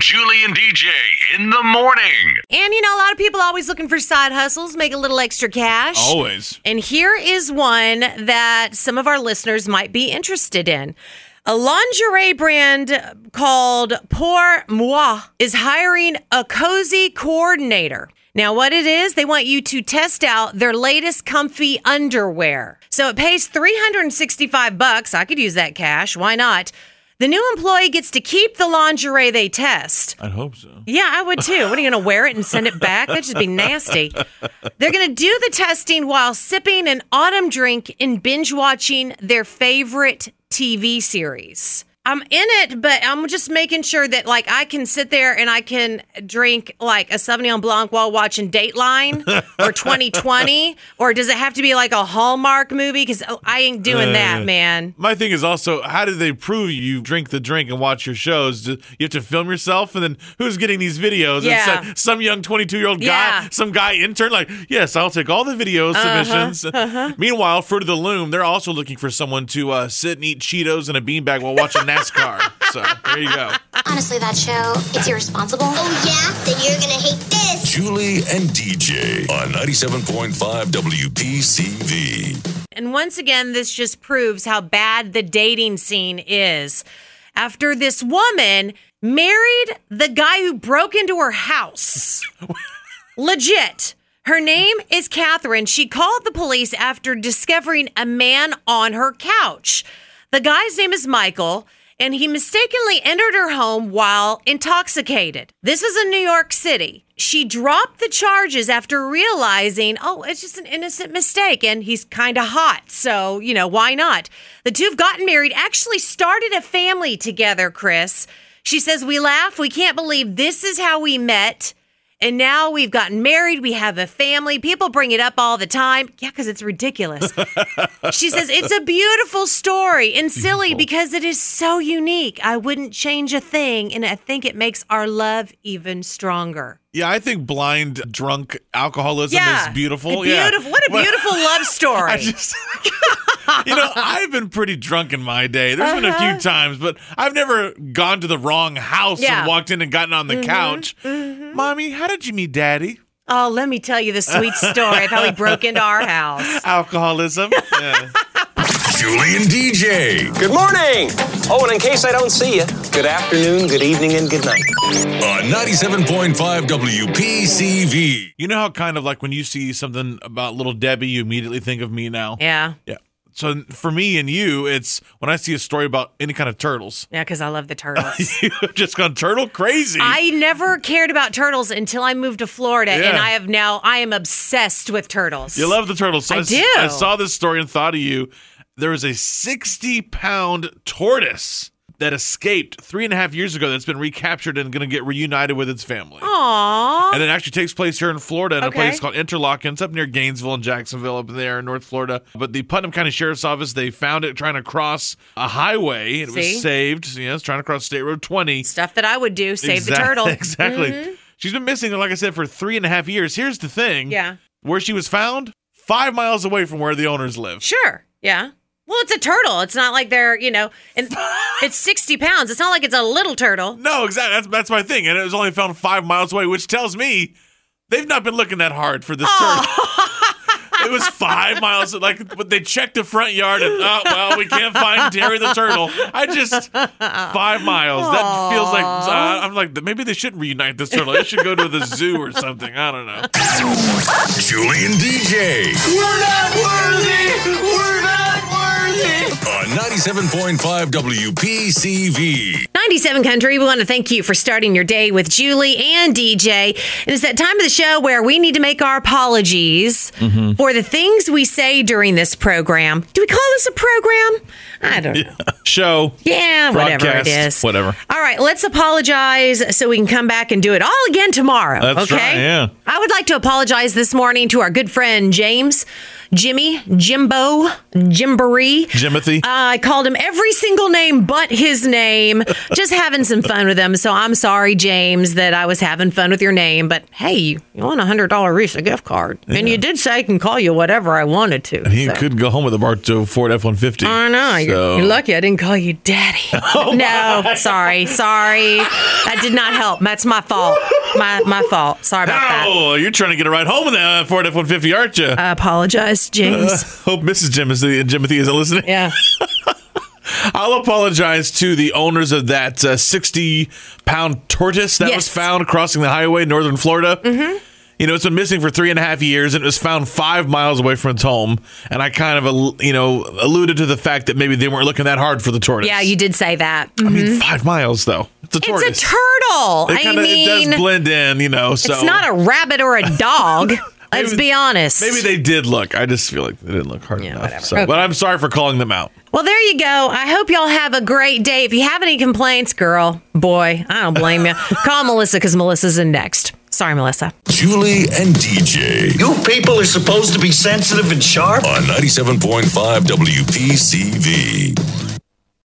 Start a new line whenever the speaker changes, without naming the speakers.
Julie and DJ in the morning.
And you know, a lot of people always looking for side hustles, make a little extra cash.
Oh.
Always.
And here is one that some of our listeners might be interested in. A lingerie brand called Pour Moi is hiring a cozy coordinator. Now, what it is, they want you to test out their latest comfy underwear. So it pays 365 bucks. I could use that cash. Why not? The new employee gets to keep the lingerie they test.
I'd hope so.
Yeah, I would too. What are you going to wear it and send it back? That'd just be nasty. They're going to do the testing while sipping an autumn drink and binge watching their favorite TV series. I'm in it, but I'm just making sure that like I can sit there and I can drink like a Sauvignon Blanc while watching Dateline or 2020, or does it have to be like a Hallmark movie? Because I ain't doing that, man.
My thing is also, how do they prove you drink the drink and watch your shows? Do you have to film yourself, and then who's getting these videos?
Yeah.
It's like some young 22 year old guy,
Yeah. Uh-huh.
some guy intern, like, yes, I'll take all the video submissions. Meanwhile, Fruit of the Loom, they're also looking for someone to uh, sit and eat Cheetos in a beanbag while watching NASCAR. so there you go.
Honestly, that show, it's irresponsible.
Oh, yeah? Then you're gonna hate this.
Julie and DJ on 97.5 WPCV.
And once again, this just proves how bad the dating scene is. After this woman married the guy who broke into her house. Legit. Her name is Catherine. She called the police after discovering a man on her couch. The guy's name is Michael, and he mistakenly entered her home while intoxicated. This is in New York City. She dropped the charges after realizing, oh, it's just an innocent mistake, and he's kind of hot. So, you know, why not? The two have gotten married, actually started a family together, Chris. She says, We laugh. We can't believe this is how we met. And now we've gotten married. We have a family. People bring it up all the time. Yeah, because it's ridiculous. she says, It's a beautiful story and silly because it is so unique. I wouldn't change a thing. And I think it makes our love even stronger.
Yeah, I think blind drunk alcoholism
yeah.
is beautiful. Yeah.
Beautiful. What a beautiful love story.
I just, you know, I've been pretty drunk in my day. There's been a
Uh-huh.
few times, but I've never gone to the wrong house
Yeah. Mm-hmm.
and walked in and gotten on the couch. Mommy, how did you meet daddy?
oh, let me tell you the sweet story of how he broke into our house.
Alcoholism. Yeah.
Julie and DJ
Good morning! Oh, and in case I don't see you, good afternoon, good evening, and good night.
on 97.5 WPCV.
You know how kind of like when you see something about little Debbie, you immediately think of me now?
Yeah.
Yeah. So for me and you, it's when I see a story about any kind of turtles,
Yeah, because I love the turtles.
you've just gone turtle crazy.
I never cared about turtles until I moved to Florida, and
Yeah.
I have now. I am obsessed with turtles.
You love the turtles. So
I
s-
do.
I saw this story and thought of you. There was a 60 pound tortoise that escaped three and a half years ago that's been recaptured and going to get reunited with its family.
Aww.
And it actually takes place here in Florida in a
Okay.
place called Interlochen. It's up near Gainesville and Jacksonville, up there in North Florida. But the Putnam County Sheriff's Office, they found it trying to cross a highway. It
See?
was saved. You know, it's trying to cross State Road 20.
Stuff that I would do, save
Exact-
the turtle. Mm-hmm.
Exactly. She's been missing, like I said, for three and a half years. Here's the thing.
Yeah.
Where she was found, five miles away from where the owners live.
Sure. Yeah. Well, it's a turtle. It's not like they're, you know, and it's 60 pounds. It's not like it's a little turtle.
No, exactly. That's, that's my thing. And it was only found five miles away, which tells me they've not been looking that hard for this
Oh.
turtle. it was five miles. Like, but they checked the front yard and, oh, well, we can't find Terry the turtle. I just, five miles. That feels like, uh, I'm like, maybe they should reunite this turtle. It should go to the zoo or something. I don't know.
Julie and DJ
We're not worthy! We're not worthy!
on 97.5 WPCV.
97 Country, we want to thank you for starting your day with Julie and DJ. And it's that time of the show where we need to make our apologies
Mm-hmm.
for the things we say during this program. Do we call this a program? I don't know.
Show.
Yeah, whatever it
Broadcast,
is.
whatever.
All right, let's apologize so we can come back and do it all again tomorrow.
That's
okay?
right, yeah.
I would like to apologize this morning to our good friend James. Jimmy, Jimbo, Jimboree.
Jimothy.
Uh, I called him every single name but his name, just having some fun with him. So I'm sorry, James, that I was having fun with your name, but hey, you want a $100 Risa gift card. And you did say I can call you whatever I wanted to.
he
so.
could go home with a Mark II Ford F 150.
I know.
So- Oh,
You're, you're lucky I didn't call you daddy. no, sorry, sorry. That did not help. That's my fault. My my fault. Sorry about that. Um,
Oh, you're trying to get a ride home with that Ford F 150, aren't you?
I apologize,
Uh,
James.
hope Mrs. Jimothy, uh, Jimothy isn't listening.
yeah.
I'll apologize to the owners of that uh, 60 pound tortoise that was
Yes.
found crossing the highway in northern Florida. Mm-hmm. You know, it's been missing for three and a half years and it was found five miles away from its home. And I kind of, al- you know, alluded to the fact that maybe they weren't looking that hard for the tortoise.
Yeah, you did say that.
I mean, five miles, though. It's a tortoise.
It's a turtle.
It kinda-
I mean,
it does blend in, you know. So
it's not a rabbit or a dog. Let's
Maybe-
be honest.
Maybe they did look. I just feel like they didn't look hard
Yeah,
enough.
whatever.
So,
Okay.
But I'm sorry for calling them out.
Well, there you go. I hope y'all have a great day. If you have any complaints, girl, boy, I don't blame you. Call Melissa because Melissa's in next. Sorry, Melissa.
Julie and DJ
You people are supposed to be sensitive and sharp.
on 97.5 WPCV.